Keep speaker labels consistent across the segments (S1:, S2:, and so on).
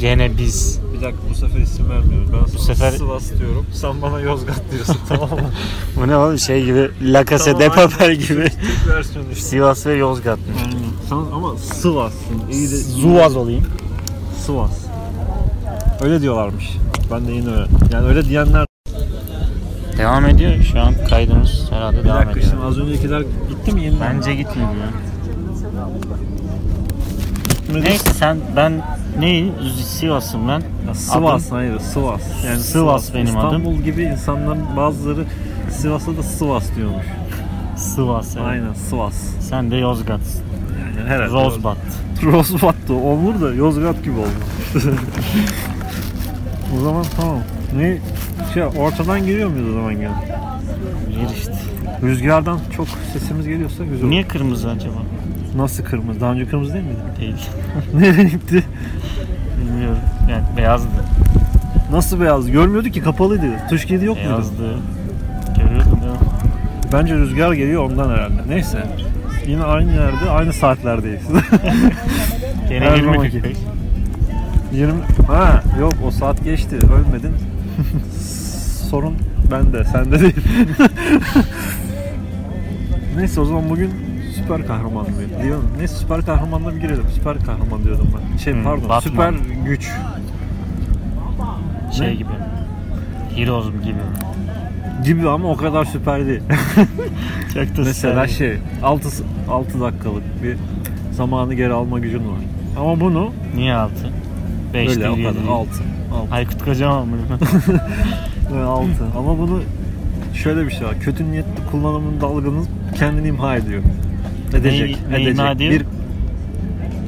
S1: Gene biz.
S2: Bir dakika bu sefer isim vermiyorum. Ben sana
S1: sefer-
S2: Sivas diyorum. Sen bana Yozgat diyorsun tamam mı?
S1: Bu ne oğlum şey gibi La Casa
S2: Tamam,
S1: de
S2: aynen.
S1: Papel gibi.
S2: Türk versiyonu işte.
S1: Sivas ve Yozgat. mı?
S2: Sen ama Sivas'sın. İyi de
S1: Zuvaz olayım.
S2: Sivas. Öyle diyorlarmış. Ben de yeni öğrendim. Yani öyle diyenler
S1: Devam ediyor şu an kaydımız herhalde
S2: bir
S1: devam
S2: dakika
S1: ediyor.
S2: şimdi az öncekiler gitti mi yeniden?
S1: Bence gitmedi ya.
S2: gitmedi.
S1: Neyse sen ben neyim? Sivas'ım ben.
S2: Ya
S1: Adım-
S2: Sivas hayır Sivas. Yani
S1: Sivas benim
S2: İstanbul
S1: adım.
S2: İstanbul gibi insanların bazıları Sivas'a da Sivas diyormuş.
S1: Sivas. evet.
S2: Aynen Sivas.
S1: Sen de Yozgat.
S2: Yani herhalde.
S1: Rozbat.
S2: Rozbat da olur da Yozgat gibi olur. o zaman tamam. Ne şey ortadan giriyor muyuz o zaman gene?
S1: Yer işte.
S2: Rüzgardan çok sesimiz geliyorsa güzel olur.
S1: Niye kırmızı acaba?
S2: Nasıl kırmızı? Daha önce kırmızı değil miydi?
S1: Değil.
S2: ne renkti?
S1: Bilmiyorum. Yani beyazdı.
S2: Nasıl beyaz? Görmüyordu ki kapalıydı. Tuş kedi yok muydu?
S1: Beyazdı. Görüyordum değil mi?
S2: Bence rüzgar geliyor ondan herhalde. Neyse. Yine aynı yerde, aynı saatlerdeyiz.
S1: Gene
S2: Her
S1: 20
S2: zamanki.
S1: 45.
S2: 20 Ha, yok o saat geçti. Ölmedin. Sorun bende, sende değil. Neyse o zaman bugün süper kahraman mı? Diyorum. Neyse süper kahramanla bir girelim. Süper kahraman diyordum ben. Şey
S1: Hmm,
S2: pardon,
S1: Batman.
S2: süper güç.
S1: Şey
S2: Ne?
S1: gibi. Heroes gibi.
S2: Gibi ama o kadar süper değil.
S1: Çok da
S2: Mesela şey 6 6 dakikalık bir zamanı geri alma gücün var. Ama bunu
S1: Niye 6? 5
S2: böyle o
S1: değil.
S2: kadar 6. 6.
S1: Aykut Kocaman mı?
S2: Böyle altı. Ama bunu şöyle bir şey var. Kötü niyetli kullanımın dalgınız kendini imha ediyor. Edecek.
S1: Neyi- neyi imha ediyor?
S2: Bir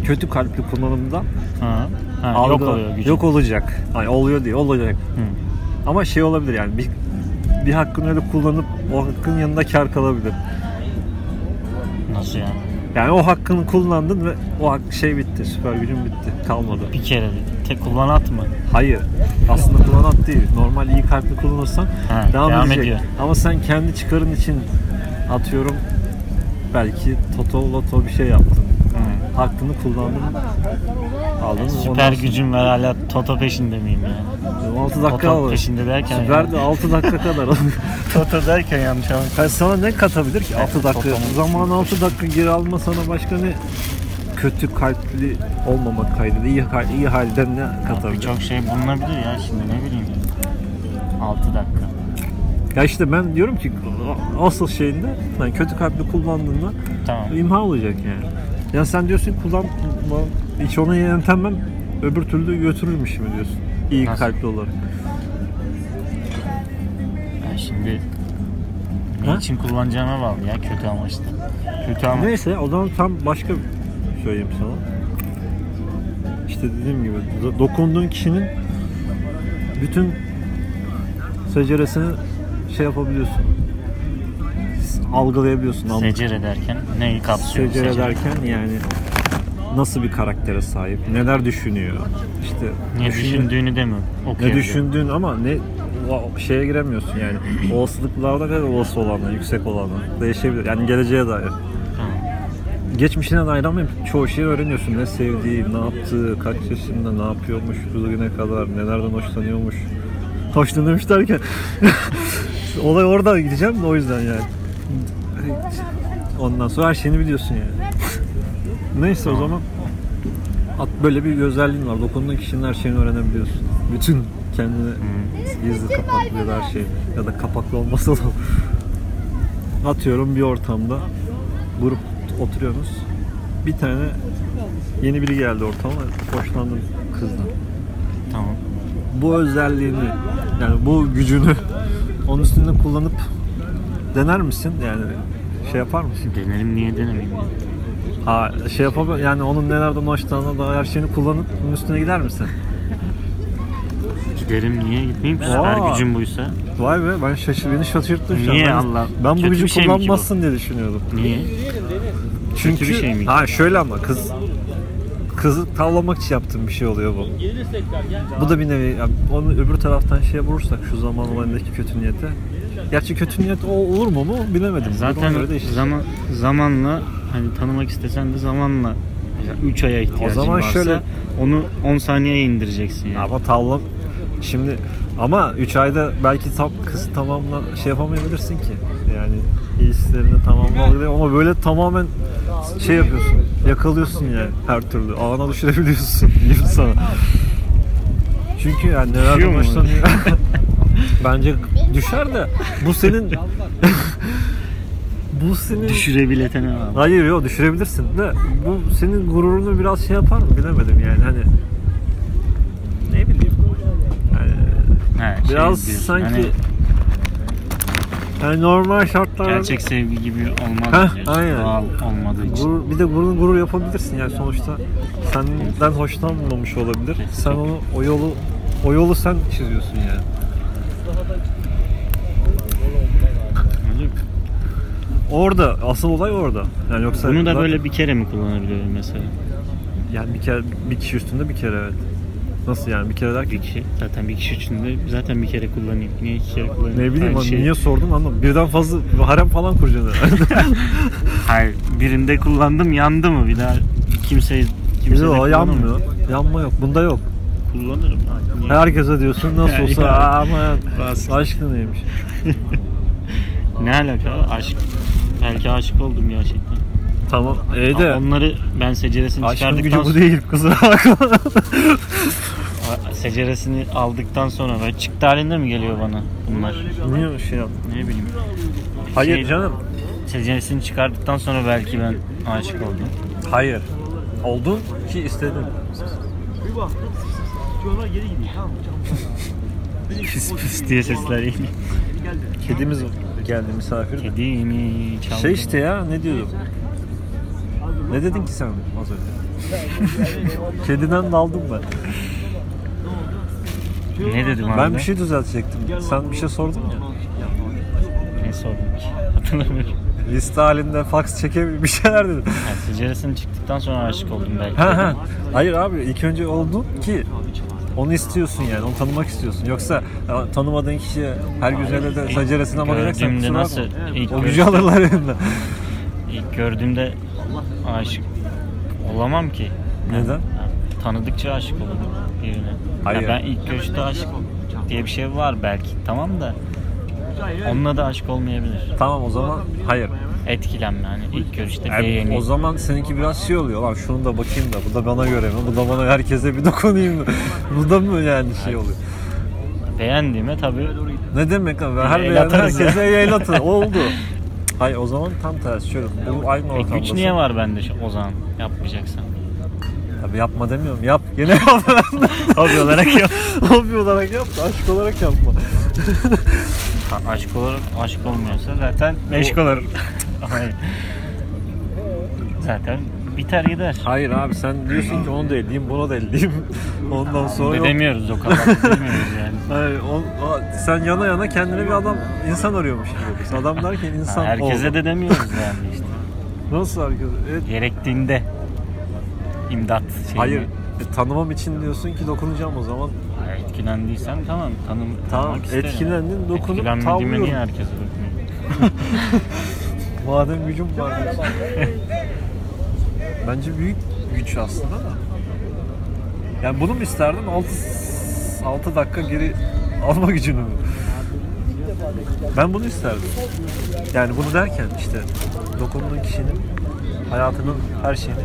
S2: kötü kalpli kullanımda
S1: ha. ha
S2: algı
S1: yok oluyor gücü.
S2: yok olacak. Ay oluyor diye olacak.
S1: Hı.
S2: Ama şey olabilir yani bir, bir hakkını öyle kullanıp o hakkın yanında kar kalabilir.
S1: Nasıl yani?
S2: Yani o hakkını kullandın ve o hak şey bitti. Süper gücün bitti. Kalmadı.
S1: Bir kere de. Tek kullanat mı?
S2: Hayır. Aslında kullanat değil. Normal iyi kalpli kullanırsan
S1: Ha,
S2: devam,
S1: devam
S2: edecek.
S1: ediyor.
S2: Ama sen kendi çıkarın için atıyorum belki Toto Loto bir şey yaptın.
S1: Hı.
S2: Hakkını kullandın. Aldın.
S1: Süper gücüm var hala Toto peşinde miyim yani?
S2: 6 dakika
S1: Toto
S2: alır.
S1: peşinde derken
S2: Süper de 6 dakika kadar alır.
S1: Toto derken yanlış ama.
S2: Yani sana ne katabilir ki 6 dakika?
S1: Toto'nun-
S2: Zaman 6 dakika geri alma sana başka ne kötü kalpli olmamak kaydıyla iyi, hal- iyi halden ne katabilir?
S1: Birçok şey bulunabilir ya şimdi ne bileyim. 6 dakika.
S2: Ya işte ben diyorum ki asıl şeyinde yani kötü kalpli kullandığında
S1: Tamam.
S2: imha olacak yani. Ya sen diyorsun ki kullanma hiç ona yöntemem öbür türlü götürürmüş mi diyorsun. İyi
S1: Nasıl?
S2: kalpli olarak.
S1: Ben şimdi ne
S2: Ha?
S1: için kullanacağıma bağlı ya kötü amaçlı. Kötü amaçlı.
S2: Neyse o zaman tam başka söyleyeyim sana. İşte dediğim gibi do- dokunduğun kişinin bütün seceresini şey yapabiliyorsun. Algılayabiliyorsun. anlayabiliyorsun.
S1: Secere derken neyi kapsıyor?
S2: Secere
S1: secere?
S2: derken yani nasıl bir karaktere sahip, neler düşünüyor, işte
S1: Ne
S2: düşün-
S1: düşündüğünü de mi
S2: ne
S1: okuyabiliyor?
S2: düşündüğün ama ne o- şeye giremiyorsun yani olasılıklarda ve olası olanlar, yüksek olanlar değişebilir yani geleceğe dair. Geçmişine dair ama çoğu şeyi öğreniyorsun. Ne sevdiği, ne yaptığı, kaç yaşında, ne yapıyormuş, bugüne kadar, nelerden hoşlanıyormuş. Hoşlanıyormuş derken olay orada gideceğim de o yüzden yani. Ondan sonra her şeyini biliyorsun yani. Neyse o zaman at böyle bir özelliğin var. Dokunduğun kişinin her şeyini öğrenebiliyorsun. Bütün kendini gizli kapaklı ya da her şey ya da kapaklı olmasa da atıyorum bir ortamda grup oturuyorsunuz. Bir tane yeni biri geldi ortama. Hoşlandım kızdan.
S1: Tamam.
S2: Bu özelliğini yani bu gücünü onun üstünde kullanıp dener misin? Yani şey yapar mısın?
S1: Denelim niye denemeyeyim?
S2: Ha, şey yapabilir yani onun nelerden hoşlandığına dair her şeyini kullanıp bunun üstüne gider misin?
S1: Giderim niye gitmeyeyim? Süper
S2: Aa.
S1: gücüm buysa.
S2: Vay be ben şaşır, beni şaşırttın şu an.
S1: Niye
S2: Ben-
S1: Allah?
S2: Ben bu
S1: Kötü bir
S2: gücü
S1: şey mi ki bu?
S2: kullanmazsın diye düşünüyordum.
S1: Niye?
S2: Çünkü
S1: bir şey mi?
S2: Ha şöyle ama kız kızı tavlamak için yaptığım bir şey oluyor bu. Bu da bir nevi yani onu öbür taraftan şeye vurursak şu zaman olayındaki kötü niyete. Gerçi kötü niyet o olur mu mu bilemedim. Duruma
S1: Zaten
S2: göre değişir.
S1: zaman zamanla hani tanımak istesen de zamanla 3 aya ihtiyacın
S2: zaman
S1: varsa
S2: şöyle-
S1: onu 10 saniyeye indireceksin yani.
S2: Ama tavla şimdi ama 3 ayda belki tam kız tamamla şey yapamayabilirsin ki. Yani ilişkilerini tamamla ama böyle tamamen şey yapıyorsun. Yakalıyorsun yani her türlü. Ağına düşürebiliyorsun diyeyim sana. Çünkü yani
S1: Düşüyor
S2: nelerden
S1: mu?
S2: hoşlanıyor. Bence düşer de bu senin bu senin
S1: Düşürebiletene var.
S2: Hayır yok düşürebilirsin de bu senin gururunu biraz şey yapar mı bilemedim yani hani ne bileyim yani
S1: He, şey
S2: biraz
S1: diyorsun,
S2: sanki
S1: hani
S2: yani, normal şartlarda
S1: gerçek sevgi gibi olmaz
S2: Heh,
S1: diyorsun.
S2: aynen.
S1: Doğal olmadığı için.
S2: gurur, bir de gurur gurur yapabilirsin yani sonuçta senden hoşlanmamış olabilir sen onu o yolu o yolu sen çiziyorsun yani orada asıl olay orada yani yoksa
S1: Bunu da
S2: zaten-
S1: böyle bir kere mi kullanabiliyorum mesela?
S2: yani bir kere bir kişi üstünde bir kere evet nasıl yani bir kere derken
S1: Bir kişi. Zaten bir kişi için de zaten bir kere kullanayım. Niye iki kere kullanayım?
S2: Ne bileyim
S1: Aynı
S2: hani
S1: şey.
S2: niye sordum anlamadım. Birden fazla harem falan kuracaksın herhalde.
S1: Hayır. Birinde kullandım yandı mı? Bir daha kimseye kimse
S2: Bize o yanmıyor. Yanma yok. Bunda yok.
S1: Kullanırım. lan. Niye?
S2: Herkese diyorsun nasıl
S1: Ya,
S2: olsa
S1: ya.
S2: "Aa, aman
S1: Bas.
S2: aşkı neymiş.
S1: Ne alaka? Aşk. Belki aşık oldum gerçekten.
S2: Tamam. E de
S1: Onları ben seceresini
S2: aşkın
S1: çıkardıktan
S2: gücü bu
S1: sonra,
S2: değil kızım.
S1: A- seceresini aldıktan sonra böyle çıktı halinde mi geliyor bana bunlar?
S2: niye öyle şey yaptın?
S1: Ne bileyim.
S2: Hayır
S1: Şey-
S2: canım.
S1: Seceresini çıkardıktan sonra belki ben aşık oldum.
S2: Hayır. Oldun ki istedin.
S3: Bir baktım. Diyorlar geri gidiyor. Tamam mı? Tamam.
S1: Pis pis diye sesler geliyor.
S3: Geldi.
S2: Kedimiz geldi misafir. de.
S1: Kedimi çaldım.
S2: Şey işte ya ne diyordum? Ne dedin ki sen az önce? Kediden daldım ben.
S1: Ne dedim abi?
S2: Ben bir şey düzeltecektim. Sen bir şey sordun ya.
S1: Ne sordum ki? Hatırlamıyorum.
S2: Liste halinde fax çekebilir bir şeyler dedim.
S1: Yani seceresini çıktıktan sonra aşık oldum belki.
S2: Ha ha. Hayır abi ilk önce oldu ki onu istiyorsun yani onu tanımak istiyorsun. Yoksa ya, tanımadığın kişiye her güzelle de saceresine bakacaksan
S1: Gördüğümde
S2: kusura
S1: nasıl?
S2: bakma.
S1: İlk,
S2: O
S1: gör-
S2: gücü alırlar elinden.
S1: ilk gördüğümde aşık olamam ki.
S2: Neden?
S1: Yani tanıdıkça aşık olurum birine.
S2: Hayır.
S1: Ya ben ilk görüşte aşık diye bir şey var belki tamam da onunla da aşık olmayabilir.
S2: Tamam o zaman hayır.
S1: Etkilenme hani ilk görüşte
S2: Yani
S1: beğeni.
S2: o zaman seninki biraz şey oluyor lan şunu da bakayım da bu da bana göre mi? Bu da bana herkese bir dokunayım mı? bu da mı yani şey oluyor?
S1: Beğendiğime tabii
S2: Ne demek abi? Her
S1: Yayla
S2: beğen
S1: atarız ya.
S2: herkese yayla atar. Oldu. Hayır o zaman tam tersi şöyle. Bu aynı
S1: e,
S2: ortamdasın.
S1: güç niye var bende şu- o zaman yapmayacaksan.
S2: Tabii yapma demiyorum. Yap. Gene yap.
S1: Hobi olarak yap.
S2: Hobi olarak yap da aşk olarak yapma.
S1: A- aşk olarak aşk olmuyorsa zaten meşk olur. Hayır. zaten biter gider.
S2: Hayır abi sen diyorsun ki onu da elleyeyim, bunu da elleyeyim. Ondan sonra
S1: Bunu
S2: yok.
S1: demiyoruz o kadar. demiyoruz yani.
S2: Hayır, o- o- sen yana yana kendine bir adam, insan arıyormuş gibi. yapıyorsun. Adam derken insan
S1: Herkese
S2: oldu.
S1: de demiyoruz yani işte.
S2: Nasıl herkese? Evet.
S1: Gerektiğinde imdat şeyini.
S2: Hayır. e, tanımam için diyorsun ki dokunacağım o zaman.
S1: Ha, Etkilendiysem tamam tanım.
S2: Tamam,
S1: tanımak isterim.
S2: etkilendin, dokunup
S1: Etkilenmediğime niye
S2: tavlıyorum.
S1: herkese dokunuyor?
S2: Madem gücüm var diyorsun. Bence büyük güç aslında da. Yani bunu mu isterdin? 6, 6 dakika geri alma gücünü mü? Ben bunu isterdim. Yani bunu derken işte dokunduğun kişinin hayatının her şeyini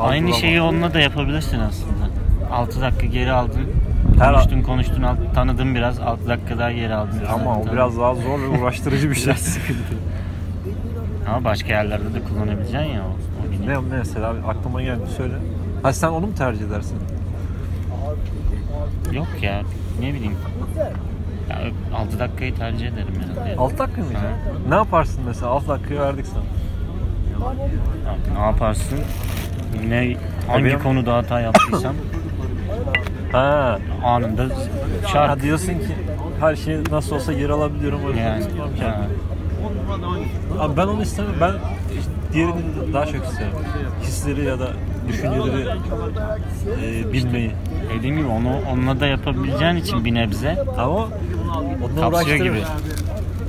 S1: Aynı
S2: algılama.
S1: şeyi onunla da yapabilirsin aslında. 6 dakika geri aldın.
S2: Her-
S1: konuştun konuştun alt, tanıdın biraz 6 dakika daha geri aldın.
S2: ama o
S1: Tanıdın.
S2: biraz daha zor ve uğraştırıcı bir şey.
S1: Ama başka yerlerde de kullanabileceksin ya o. o bilgi.
S2: ne ne mesela aklıma geldi söyle. Ha sen onu mu tercih edersin?
S1: Yok ya ne bileyim. Ya, 6 dakikayı tercih ederim herhalde.
S2: 6 dakika mı?
S1: Ha.
S2: Ne yaparsın mesela 6 dakikayı verdik sana?
S1: Ya, Ne yaparsın? Ne hangi
S2: Tabii.
S1: konuda hata yaptıysam
S2: Ha.
S1: anında
S2: Ha
S1: şart.
S2: diyorsun ki her şeyi nasıl olsa geri alabiliyorum o yüzden
S1: Yani,
S2: tutmam
S1: ha.
S2: kendimi. Abi ben onu istemem. Ben işte diğerini daha çok isterim. Hisleri ya da düşünceleri e, bilmeyi.
S1: Dediğim gibi onu onunla da yapabileceğin için bir nebze
S2: Ama onunla
S1: kapsıyor
S2: uğraştırır.
S1: gibi.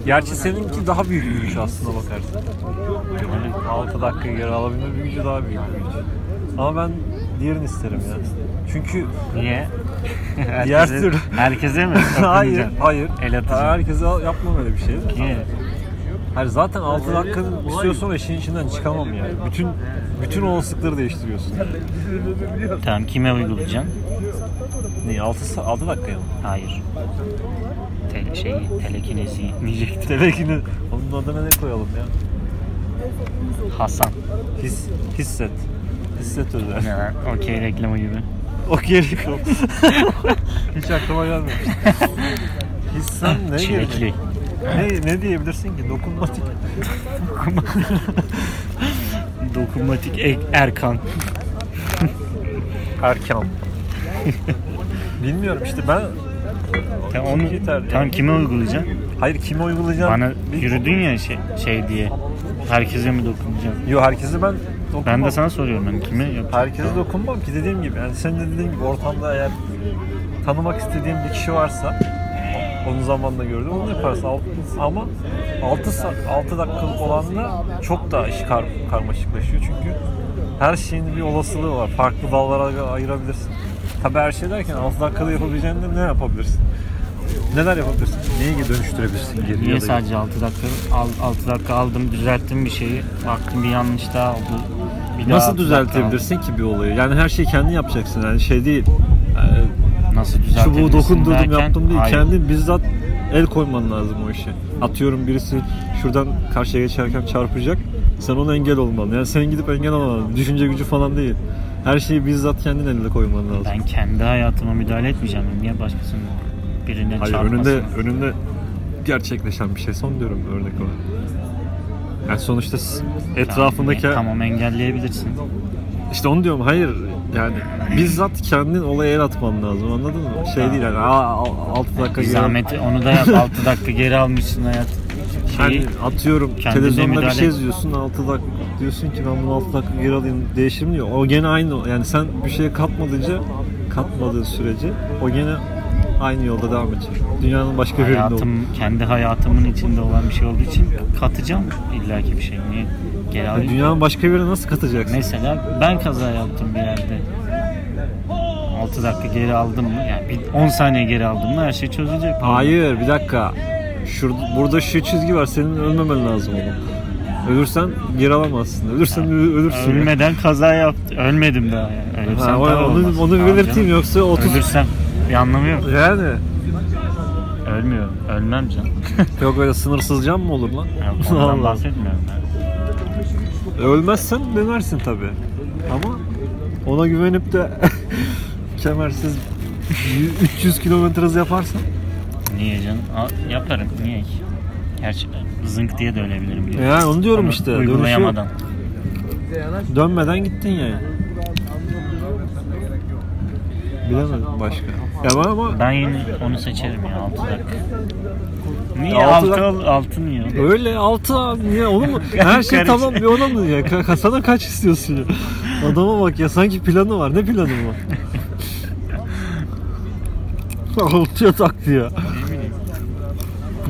S2: Gerçi seninki daha büyük bir güç aslında bakarsın.
S1: Öyle
S2: 6 dakika geri alabilme bir gücü daha büyük bir güç. Ama ben diğerini isterim ya. Çünkü
S1: Niye?
S2: Diğer
S1: Herkese-
S2: türlü.
S1: Herkese mi?
S2: hayır,
S1: Dokunacak.
S2: hayır.
S1: El atacak.
S2: Herkese al- yapmam öyle bir şey.
S1: Niye?
S2: Hayır zaten altın hakkını istiyorsan işin içinden çıkamam yani. Bütün bütün olasılıkları değiştiriyorsun.
S1: Tamam kime uygulayacaksın?
S2: Niye? 6, 6 dakikaya mı?
S1: Hayır. Tel, şey, telekinezi diyecektim.
S2: Telekini. Onun adına ne koyalım ya?
S1: Hasan.
S2: His, hisset. Hisset özel.
S1: Ya, Okey reklamı gibi.
S2: Okuyarak yok. Hiç aklıma gelmemişti. Hissen ne
S1: Çilekli.
S2: gelecek? Ne, ne diyebilirsin ki? Dokunmatik.
S1: Dokunmatik E- Erkan.
S2: Erkan. Bilmiyorum işte ben
S1: Ya onu,
S2: Yeter ya.
S1: tamam kime uygulayacaksın?
S2: hayır kime uygulayacağım?
S1: Bana yürüdün ya şey, şey diye. Herkese mi dokunacaksın?
S2: Yo herkesi ben dokunmam.
S1: Ben de sana soruyorum ben kime yapacağım?
S2: Herkese dokunmam ki dediğim gibi. Yani senin de dediğin gibi ortamda eğer tanımak istediğim bir kişi varsa onu zamanla gördüm onu yaparsın. Alt- Ama 6, 6 dakikalık olanla çok daha iş kar, karmaşıklaşıyor çünkü her şeyin bir olasılığı var. Farklı dallara ayırabilirsin. Tabi her şey derken 6 dakikada yapabileceğinde ne yapabilirsin? Neler yapabilirsin? Neyi dönüştürebilirsin geri
S1: Niye
S2: ya da-
S1: sadece 6 dakika? Al, 6 dakika aldım düzelttim bir şeyi. Baktım bir yanlış daha oldu. Bir daha
S2: Nasıl
S1: altı dakika aldım.
S2: düzeltebilirsin ki bir olayı? Yani her şeyi kendin yapacaksın. Yani şey değil. e,
S1: Nasıl düzeltebilirsin
S2: çubuğu dokundurdum
S1: derken,
S2: yaptım değil.
S1: hayır.
S2: Kendin bizzat el koyman lazım o işe. Atıyorum birisi şuradan karşıya geçerken çarpacak. Sen ona engel olman. Yani sen gidip engel olman. Düşünce gücü falan değil. Her şeyi bizzat kendin eline koyman lazım.
S1: Ben kendi hayatıma müdahale etmeyeceğim. Niye başkasının birine
S2: Hayır
S1: çarpmasın?
S2: önünde önünde gerçekleşen bir şey son diyorum örnek olarak. Yani sonuçta s- etrafındaki
S1: Tamam, tamam engelleyebilirsin.
S2: işte onu diyorum hayır yani bizzat kendin olaya el atman lazım anladın mı? Şey
S1: Ha.
S2: değil yani 6 dakika
S1: Bir
S2: geri-
S1: zahmeti onu da yap. 6 dakika geri almışsın hayat. Şeyi,
S2: Yani atıyorum
S1: kendine
S2: televizyonda bir
S1: müdahale-
S2: şey izliyorsun 6 dakika diyorsun ki ben bunu 6 dakika geri alayım değişim diyor. O gene aynı yani sen bir şeye katmadıkça katmadığın sürece o gene aynı yolda devam edecek. Dünyanın başka bir yerinde olur.
S1: hayatım, kendi hayatımın içinde olan bir şey olduğu için katacağım illaki bir şey. Niye? Geri
S2: Yani
S1: alayım.
S2: dünyanın başka bir yerine nasıl katacaksın?
S1: Mesela ben kaza yaptım bir yerde. 6 dakika geri aldım mı? Yani bir 10 saniye geri aldım mı her şey çözülecek.
S2: Hayır bir dakika. Şurada, burada şu çizgi var senin ölmemen lazım onu. Ölürsen geri alamazsın. Ölürsen ö- ölürsün.
S1: Ölmeden kaza yaptım. Ölmedim daha yani. Ölürsem
S2: Ha, o-
S1: tabii
S2: onu-
S1: olmaz.
S2: onu
S1: Tamam
S2: belirteyim,
S1: canım.
S2: yoksa otuz-
S1: Ölürsem bir anlamı yok.
S2: Yani
S1: Ölmüyorum. Ölmem canım.
S2: yok öyle sınırsız can mı olur lan?
S1: Yani
S2: Allah.
S1: Ondan bahsetmiyorum ben.
S2: E, Ölmezsen dönersin tabi. Ama ona güvenip de kemersiz 300 kilometre hız yaparsan.
S1: Niye canım? Aa, yaparım. Niye ki? Gerçi zınk diye de ölebilirim. diyor.
S2: Ya E, onu diyorum
S1: Ama
S2: işte.
S1: Uygulayamadan.
S2: dönüşü- Dönmeden gittin yani. Bilemedim başka. Ya ben ama
S1: Ben yine onu seçerim ya 6 dakika. Niye
S2: Ya altı
S1: altı,
S2: dak-
S1: al- altın ya?
S2: öyle altı abi ya onu mu? Her şey
S1: Karış-
S2: tamam bir ona mı ya? Ka- Kasana kaç istiyorsun ya? Adama bak ya sanki planı var. Ne planı var? Altıya taktı ya.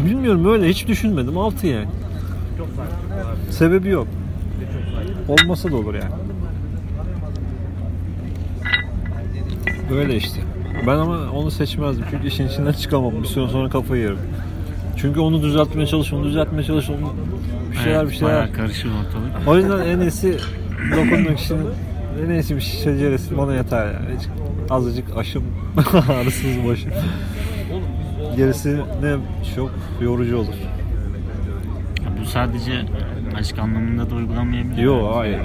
S2: Bilmiyorum öyle hiç düşünmedim. Altı yani. Sebebi yok. Olmasa da olur yani. Böyle işte. Ben ama onu seçmezdim. Çünkü işin içinden çıkamam. Bir süre sonra kafayı yerim. Çünkü onu düzeltmeye çalış, onu düzeltmeye çalış, onu bir şeyler bir
S1: Evet,
S2: şeyler.
S1: bayağı karışır ortalık.
S2: O yüzden en iyisi dokunduğun kişinin en iyisi bir şeceresi bana yeter yani. Hiç- azıcık aşım ağrısız başım. Gerisi ne çok yorucu olur.
S1: Ya bu sadece aşk anlamında da uygulanmayabilir.
S2: Yo hayır.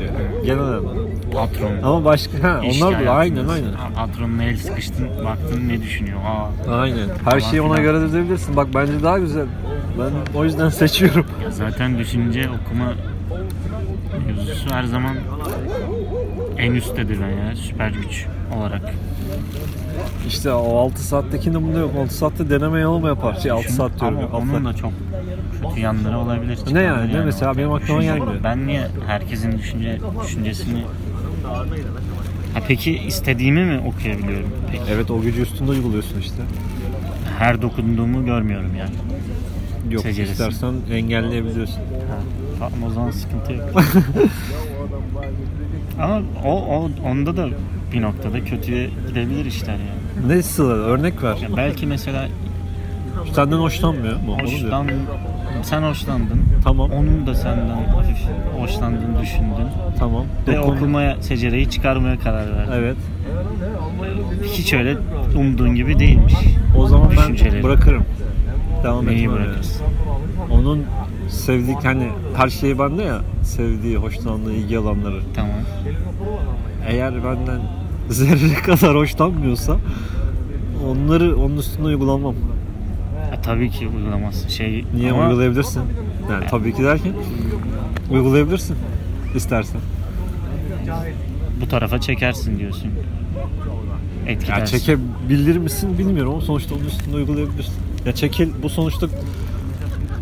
S2: Genel anlamda.
S1: Patron.
S2: Ama başka ha,
S1: İş
S2: onlar da aynen
S1: hayatınız.
S2: aynen.
S1: Patronla el sıkıştın baktın ne düşünüyor? Aa,
S2: Aynen. Her şeyi ona göre düzebilirsin. Bak bence daha güzel. Ben o yüzden seçiyorum.
S1: ya zaten düşünce okuma mevzusu her zaman en üsttedir ben ya süper güç olarak.
S2: İşte o 6 saattekinde bunda yok. 6 saatte deneme yanılma yapar. Şey 6
S1: Düşün-
S2: saat diyorum.
S1: Ama
S2: altı
S1: onun
S2: saat.
S1: da çok kötü yanları olabilir.
S2: Ne yani?
S1: çıkarları
S2: Ne mesela? Benim aklıma
S1: Düşünce-
S2: gelmiyor.
S1: Ben niye herkesin düşünce düşüncesini Ha peki istediğimi mi okuyabiliyorum? Peki.
S2: Evet o gücü üstünde uyguluyorsun işte.
S1: Her dokunduğumu görmüyorum yani.
S2: Yok
S1: Seceresi.
S2: istersen engelleyebiliyorsun.
S1: Ha, tamam o zaman sıkıntı yok. Ama o, o onda da bir noktada kötüye gidebilir işler yani.
S2: Ne sıra örnek ver.
S1: Ya belki mesela
S2: Senden hoşlanmıyor mu? Onu diyor.
S1: hoşlan, sen hoşlandın.
S2: Tamam.
S1: Onun da senden hafif hoşlandığını düşündün.
S2: Tamam.
S1: Ve
S2: Dokun-
S1: okumaya, secereyi çıkarmaya karar verdin.
S2: Evet.
S1: Hiç öyle umduğun gibi değilmiş.
S2: O zaman ben
S1: Düşünceleri.
S2: bırakırım. Devam
S1: Neyi
S2: etmem yani.
S1: bırakırsın?
S2: Onun sevdiği hani her şeyi bende ya sevdiği, hoşlandığı, ilgi alanları.
S1: Tamam.
S2: Eğer benden zerre kadar hoşlanmıyorsa onları onun üstüne uygulamam.
S1: Ya, tabii ki uygulamazsın. Şey,
S2: Niye
S1: ama
S2: uygulayabilirsin? Yani tabii ki derken uygulayabilirsin istersen.
S1: bu tarafa çekersin diyorsun. Etkilersin.
S2: Ya çekebilir misin bilmiyorum ama sonuçta onun üstünde uygulayabilirsin. Ya çekil bu sonuçta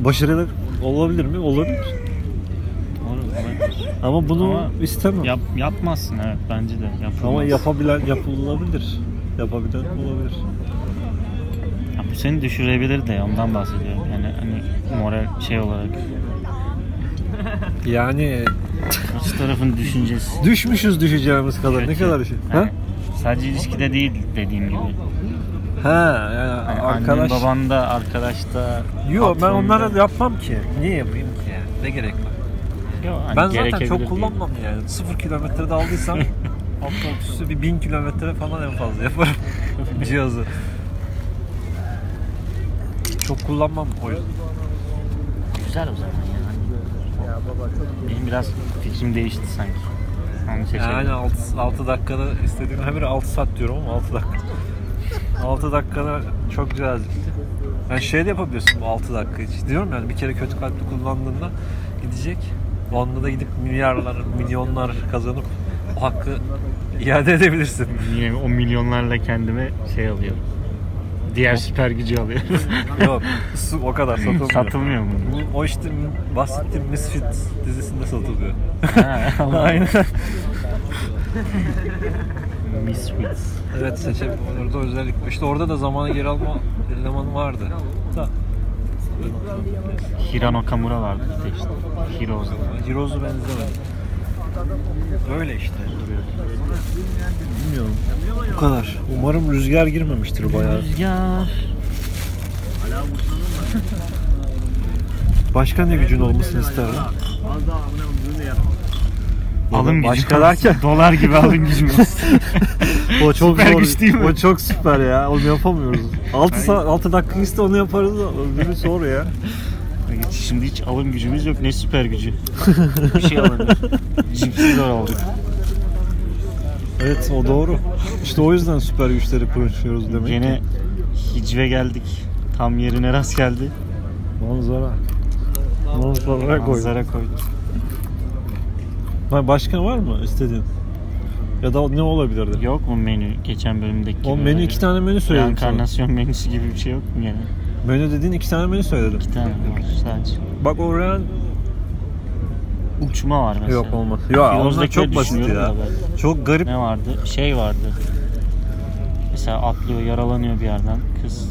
S2: başarılı olabilir mi? Olabilir.
S1: Doğru, olabilir.
S2: Ama bunu
S1: Ama
S2: istemem.
S1: Yap, yapmazsın evet bence de. Yapılmaz.
S2: Ama yapabilen yapılabilir. Yapabilen olabilir.
S1: Ya bu seni düşürebilir de ondan bahsediyorum. Yani hani moral şey olarak.
S2: Yani
S1: Karşı tarafın düşüncesi.
S2: düşmüşüz düşeceğimiz kadar. Ne
S1: Kötü.
S2: kadar şey.
S1: Ha?
S2: Ha?
S1: Sadece ilişkide değil dediğim gibi. Yani
S2: Ha, yani
S1: Annen
S2: arkadaş.
S1: baban da arkadaş da.
S2: Yok ben
S1: patron
S2: onlara
S1: da-
S2: yapmam ki. Niye yapayım ki yani? Ne gerek var?
S1: Yo, hani
S2: Ben zaten
S1: gerekebilir
S2: çok
S1: diye.
S2: kullanmam yani. Sıfır kilometrede aldıysam hafta otobüsü bir bin kilometre falan en fazla yaparım cihazı. Çok kullanmam o yüzden.
S1: Güzel o zaman yani. Benim biraz fikrim değişti sanki. Onu seçelim.
S2: Yani 6, dakikada istediğim her biri 6 saat diyorum ama 6 dakika. 6 dakikada çok güzel. Yani şey de yapabiliyorsun bu 6 dakika için. Diyorum yani bir kere kötü kalpli kullandığında gidecek. Onda da gidip milyarlar, milyonlar kazanıp o hakkı iade edebilirsin.
S1: Yine o milyonlarla kendime şey alıyorum. Diğer süper gücü alıyorum.
S2: Yok su o kadar satılmıyor.
S1: Satılmıyor mu?
S2: Bu- O işte bahsettiğim Misfit dizisinde satılıyor.
S1: Ha, Allah.
S2: Aynen.
S1: Misfits.
S2: Evet seçebilirim. Orada özellikle. İşte orada da zamanı geri alma elemanı vardı. Da.
S1: Hiro Nakamura vardı bir de işte. Heroes'da.
S2: Heroes'u benzemedi. Böyle işte. Bilmiyorum. Bu kadar. Umarım rüzgar girmemiştir bayağı.
S1: Rüzgar.
S2: Başka ne gücün olmasını isterim?
S3: Az daha amına bunu da yap.
S1: Alın gücü
S2: Başka
S1: kalsın.
S2: derken?
S1: Dolar gibi alın gücü kalsın.
S2: O çok
S1: Süper
S2: zor.
S1: güç değil mi?
S2: O çok süper ya. Onu yapamıyoruz. 6 saat 6 dakika iste onu yaparız. Öbürü zor ya.
S1: Hiç- Şimdi hiç alım gücümüz yok. Ne süper gücü. Bir şey alamıyoruz. Cipsi zor aldık.
S2: Evet o doğru. İşte o yüzden süper güçleri konuşuyoruz demek
S1: Gene
S2: ki.
S1: hicve geldik. Tam yerine rast geldi.
S2: Manzara. Manzara koy.
S1: Manzara koyduk.
S2: Ha, Başka var mı istediğin? Ya da ne olabilirdi?
S1: Yok mu menü? Geçen bölümdeki gibi.
S2: O menü
S1: öyle
S2: iki tane menü
S1: bir
S2: söyledim sana.
S1: Reenkarnasyon menüsü gibi bir şey yok mu gene?
S2: Menü dediğin iki tane menü söyledim.
S1: Bir tane var sadece.
S2: Bak o Ren...
S1: Uçma var mesela.
S2: Yok olmaz. Ya onlar
S1: Yozdaki'yi
S2: çok basit
S1: düşünüyorum
S2: ya.
S1: da ben.
S2: Çok garip.
S1: Ne vardı? Şey vardı. Mesela atlıyor, yaralanıyor bir yerden. Kız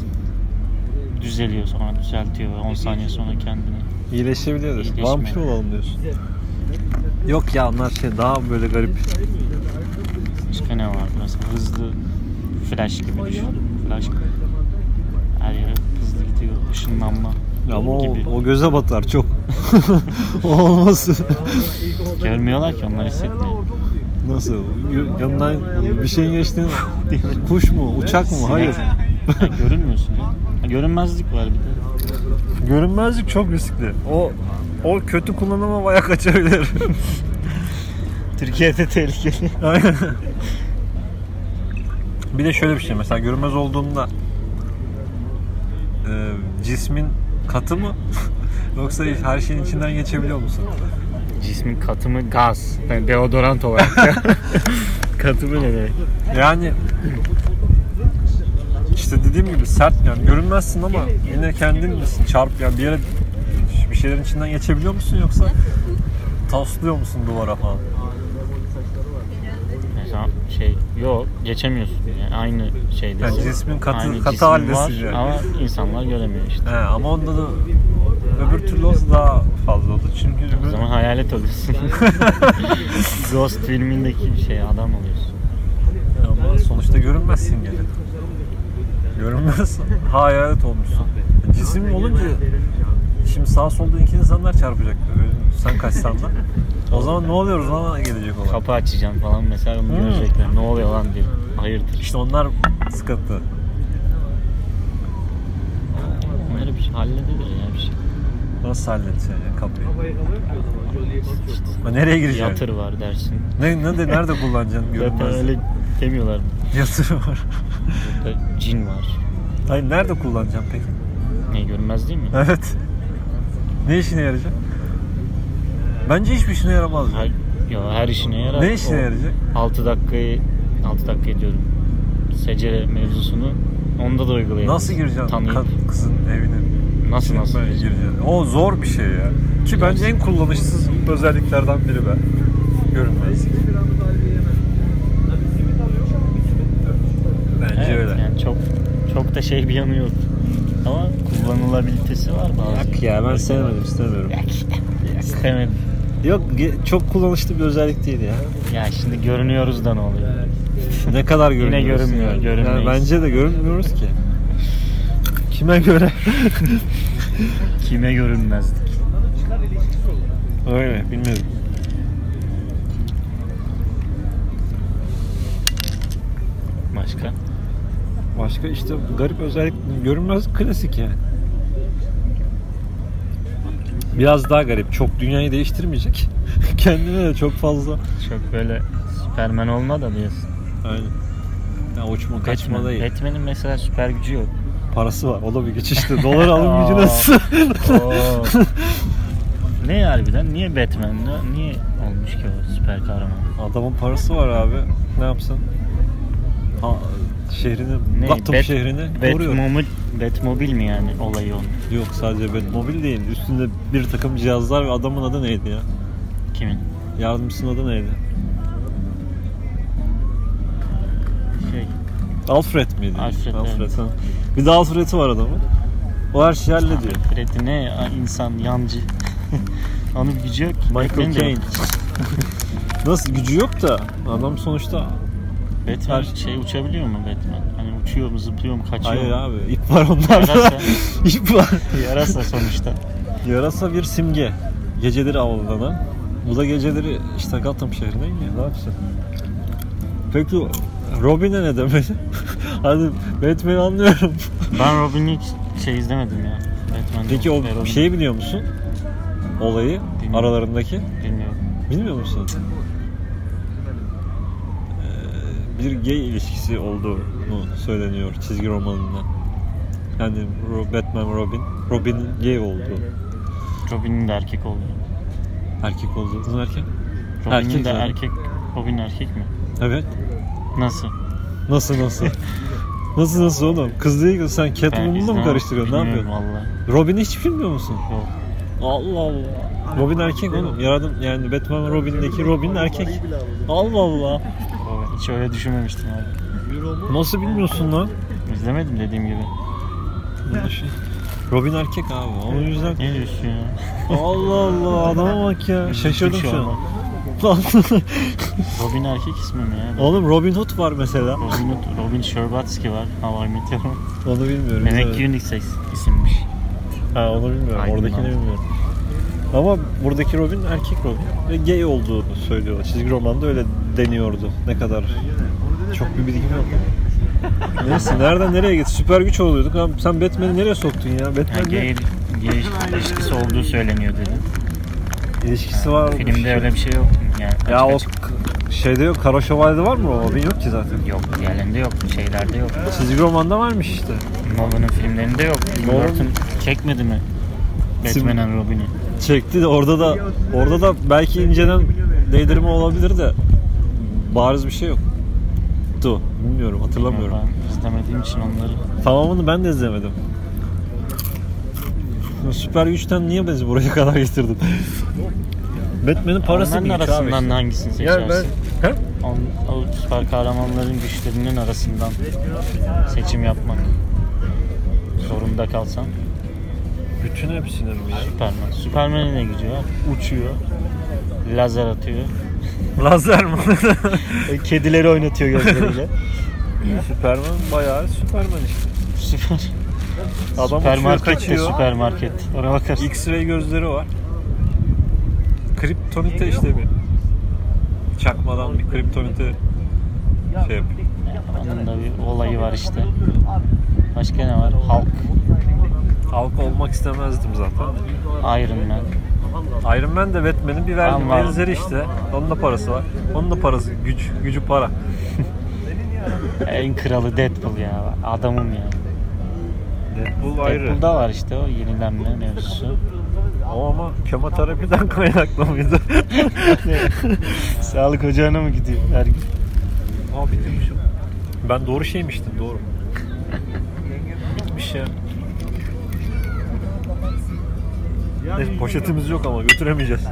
S1: düzeliyor sonra düzeltiyor. 10 saniye sonra kendini.
S2: İyileşebiliyor diyorsun.
S1: İyileşme.
S2: Vampir olalım diyorsun. Yok ya onlar şey daha böyle garip.
S1: Başka ne vardı mesela? Hızlı flash gibi düşün. Flash gibi. Her yere hızlı gidiyor. Işınlanma
S2: Ama o,
S1: gibi.
S2: o göze batar çok. O Olmaz.
S1: Görmüyorlar ki onlar hissetmiyor.
S2: Nasıl? Y- Yanından bir şeyin geçtiğini... Kuş mu? Uçak mı? Hayır.
S1: Ha, Görünmüyorsun. ya. Ha, Görünmezlik var bir de.
S2: Görünmezlik çok riskli. O o kötü kullanıma bayağı kaçabilir.
S1: Türkiye'de tehlikeli.
S2: Aynen. bir de şöyle bir şey mesela görünmez olduğunda e, cismin katı mı yoksa her şeyin içinden geçebiliyor musun?
S1: Cismin katımı gaz. Yani deodorant olarak. katımı ne demek?
S2: Yani işte dediğim gibi sert yani görünmezsin ama yine kendin misin çarp yani bir yere bir şeylerin içinden geçebiliyor musun yoksa taslıyor musun duvara falan?
S1: Mesela şey yok geçemiyorsun yani aynı şeyde.
S2: Yani cismin katı- katı
S1: cismin
S2: haldesin
S1: var
S2: yani.
S1: Ama insanlar göremiyor işte.
S2: He, ama onda da Öbür türlü olsa daha fazla olur. Çünkü
S1: O
S2: öbür
S1: zaman hayalet oluyorsun. Ghost filmindeki bir şey adam oluyorsun.
S2: Ama sonuçta görünmezsin gene. Görünmezsin. Hayalet olmuşsun. Cisim olunca şimdi sağ solda iki insanlar çarpacak. Böyle Sen kaçsan da. O zaman ne oluyoruz ona gelecek olan.
S1: Kapı açacağım falan mesela onu
S2: Hmm.
S1: görecekler. Ne oluyor lan diyor. Hayırdır?
S2: İşte onlar sıkıntı.
S1: Onları bir şey halledilir ya bir şey.
S2: Nasıl halledeceksin ya kapıyı?
S3: Havaya kalıyor ki o zaman. Jolie'ye bakıyor.
S2: Ha, nereye gireceksin?
S1: Yatır var dersin.
S2: Ne, ne, nerede kullanacaksın
S1: Zaten
S2: görünmez.
S1: öyle demiyorlar mı?
S2: Yatır var.
S1: Burada cin var.
S2: Hayır nerede kullanacaksın peki?
S1: Ne görünmez değil mi?
S2: Evet. Ne işine yarayacak? Bence hiçbir işine yaramaz. ya.
S1: Her, ya her işine yarar.
S2: Ne işine yarayacak?
S1: 6 dakikayı 6 dakika diyorum. Secere mevzusunu onda da uygulayabiliriz.
S2: Nasıl gireceksin
S1: Şey, Tanıyıp.
S2: kad- kızın evine?
S1: nasıl nasıl?
S2: Böyle gireceksin. O zor bir şey ya. Ki bence en kullanışsız özelliklerden biri be. Görünmez.
S3: Bir anda dahiliye hemen. Tabii simit alıyor.
S2: Bence
S1: Evet,
S2: öyle.
S1: Yani çok çok da şey bir yanı yok. Ama kullanılabilitesi var bazı.
S2: Yak ya ben sevmedim istemiyorum.
S1: İstemedim.
S2: Yok ge- çok kullanışlı bir özellik değil ya.
S1: Ya şimdi görünüyoruz da ne oluyor?
S2: Ne kadar
S1: Yine
S2: görünüyoruz.
S1: görünmüyor,
S2: yani.
S1: görünmeyiz.
S2: Yani bence de görünmüyoruz ki. Kime göre?
S1: Kime görünmezdik?
S3: Çıkar ilişkisi olur.
S2: öyle bilmiyorum.
S1: Başka?
S2: Başka işte garip özellik görünmez klasik yani. Biraz daha garip. Çok dünyayı değiştirmeyecek. Kendine de çok fazla.
S1: Çok böyle Superman olma da diyorsun.
S2: Aynen. Ya uçma kaçma
S1: Batman-
S2: değil.
S1: Batman'in mesela süper gücü yok.
S2: Parası var. O da bir geçişte. Dolar alım gücü nasıl?
S1: Oo. ne harbiden? Niye Batman'da? Niye olmuş ki o süper kahraman?
S2: Adamın parası var abi. Ne yapsın? Ha, şehrini,
S1: Ne?
S2: Gotham
S1: Bat-
S2: şehrini koruyor.
S1: Batmobil, Batmobil mi yani olayı onun?
S2: Yok sadece Batmobil değil. Üstünde bir takım cihazlar ve adamın adı neydi ya?
S1: Kimin?
S2: Yardımcısının adı neydi?
S1: Şey,
S2: Alfred miydi?
S1: Alfred, evet.
S2: ha. Bir de Alfred'i var adamın. O her şeyi hallediyor.
S1: Freddy ne a- insan yancı. Onun gücü yok. ki.
S2: Michael
S1: Batman'in de
S2: Caine.
S1: yok.
S2: Nasıl gücü yok da adam sonuçta
S1: Batman
S2: Her-
S1: şey uçabiliyor mu Batman? Hani uçuyor mu, zıplıyor mu, kaçıyor
S2: hayır
S1: mu?
S2: abi ip var onlarda.
S1: Yarasa.
S2: ip var.
S1: Yarasa sonuçta.
S2: Yarasa bir simge. Geceleri avlanan. Bu da geceleri işte Gotham şehrine iniyor. Ne yapsın? Peki Robin'e ne demeli? Hadi Batman'i anlıyorum.
S1: Ben Robin'i hiç şey izlemedim ya. Batman
S2: Peki o şey-
S1: Robin.
S2: şeyi biliyor musun? Olayı
S1: Bilmiyorum.
S2: aralarındaki.
S1: Bilmiyorum.
S2: Bilmiyor musun? Ee, bir gay ilişkisi olduğunu söyleniyor çizgi romanında. Yani Ro- Batman Robin, Robin'in gay olduğu.
S1: Robin'in de erkek oluyor.
S2: Erkek olduğu. Kız erkek?
S1: Robin'in
S2: Erkek
S1: de
S2: zaten.
S1: erkek. Robin erkek mi?
S2: Evet.
S1: Nasıl?
S2: Nasıl nasıl? nasıl nasıl oğlum? Kız değil ki sen Catwoman'la mı
S1: izlemem.
S2: karıştırıyorsun? Ne
S1: Bilmiyorum
S2: yapıyorsun?
S1: Vallahi.
S2: Robin'i hiç bilmiyor musun?
S1: Yok.
S2: Allah Allah. Robin erkek oğlum. Yaradım yani Batman Robin'deki Robin erkek. Allah Allah.
S1: Robin- Hiç öyle düşünmemiştim abi.
S2: Nasıl bilmiyorsun lan?
S1: İzlemedim dediğim gibi.
S2: Bunu düşün. Robin erkek abi. O yüzden
S1: Ne diyorsun ya? şey
S2: Allah Allah adama bak ya. Şaşırdım şu an.
S1: Robin erkek ismi mi ya?
S2: Oğlum Robin Hood var mesela.
S1: Robin, Robin Sherbatsky var. How I Met Your Mother.
S2: Onu bilmiyorum.
S1: Demek ki
S2: Evet.
S1: unisex isimmiş.
S2: Ha onu bilmiyorum.
S1: Aynen
S2: Oradakini
S1: abi.
S2: bilmiyorum. Ama buradaki Robin erkek Robin ve gay olduğunu söylüyorlar. Çizgi romanda öyle deniyordu. Ne kadar çok bir bilgim yok. Neyse nereden nereye git? Süper güç oluyorduk. Lan sen Batman'i nereye soktun ya?
S1: Ha,
S2: Batman'le
S1: gay, gay ilişkisi olduğu söyleniyor dedi.
S2: ilişkisi var. mı?
S1: Filmde öyle bir şey yok. Yani
S2: Ya o
S1: açık
S2: k- şeyde yok. Kara Şövalye'de var mı Robin? Yok ki zaten.
S1: açık Yok, diğerlerinde yok, şeylerde yok.
S2: Çizgi romanda varmış işte.
S1: Nolan'ın filmlerinde yok. Tim
S2: Nolan-
S1: Burton çekmedi mi? Batman and Robin'i.
S2: Çekti de orada da orada da belki inceden değdirme olabilir de bariz bir şey yok. Tu bilmiyorum hatırlamıyorum.
S1: Ben izlemediğim için onları.
S2: Tamamını ben de izlemedim. Bu Süper güçten niye bizi buraya kadar getirdin? Batman'in parası
S1: Onların
S2: bir güç abi
S1: arasından
S2: işte.
S1: hangisini
S2: Yani ben,
S1: seçersin?
S2: He?
S1: On, o süper kahramanların güçlerinin arasından seçim yapmak zorunda kalsan
S2: Bütün hepsine mi ya?
S1: Süperman. Süperman'e ne gidiyor? Uçuyor. Lazer atıyor.
S2: Lazer mi? E,
S1: Kedileri oynatıyor gözleriyle.
S2: Süperman bayağı Süperman işte.
S1: Süper.
S2: Adam uçuyor,
S1: Süpermarket de
S2: kaçıyor.
S1: süpermarket. Ona bakarsın.
S2: X-ray gözleri var. Kriptonite işte bir. Çakmadan bir kriptonite şey yapıyor.
S1: Onun da bir olayı var işte. Başka ne var? Hulk,
S2: Halk olmak istemezdim zaten.
S1: Iron Man.
S2: Iron Man de Batman'in bir vergi
S1: Ama-
S2: benzeri işte. Onun da parası var. Onun da parası güç, gücü para.
S1: En kralı Deadpool ya. Adamım ya.
S2: Deadpool ayrı.
S1: Deadpool'da var işte o yenilenme mevzusu.
S2: O ama kemoterapiden kaynaklı mıydı?
S1: Sağlık ocağına mı gidiyor her gün?
S2: Aa bitirmişim. Ben doğru şeymiştim doğru. şey. Bitmiş ya. Neyse, poşetimiz yok ama götüremeyeceğiz.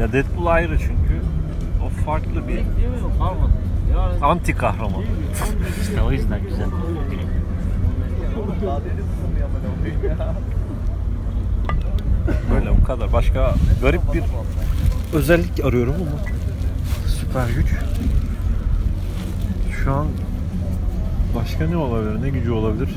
S2: Ya Deadpool ayrı çünkü. O farklı bir anti kahraman.
S1: İşte o yüzden güzel.
S2: Böyle bu kadar. Başka garip bir özellik arıyorum ama süper güç. Şu an başka ne olabilir? Ne gücü olabilir?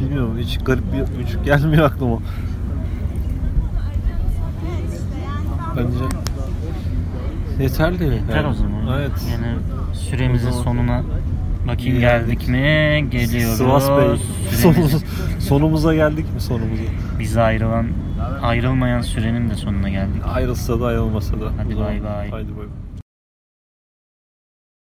S2: Bilmiyorum hiç garip bir güç gelmiyor aklıma. Bence yeterli.
S1: Yeter
S2: yani.
S1: o zaman.
S2: Evet.
S1: Yani süremizin
S2: O zaman-
S1: sonuna bakayım
S2: Geldik.
S1: geldik mi? Geliyoruz.
S2: Sivas Bey
S1: Süremiz-
S2: sonumuz- sonumuza geldik mi sonumuza?
S1: Bize ayrılan, ayrılmayan sürenin de sonuna geldik.
S2: Ayrılsa da ayrılmasa da.
S1: Hadi
S2: O zaman-
S1: bay bay.
S2: Haydi bay bay.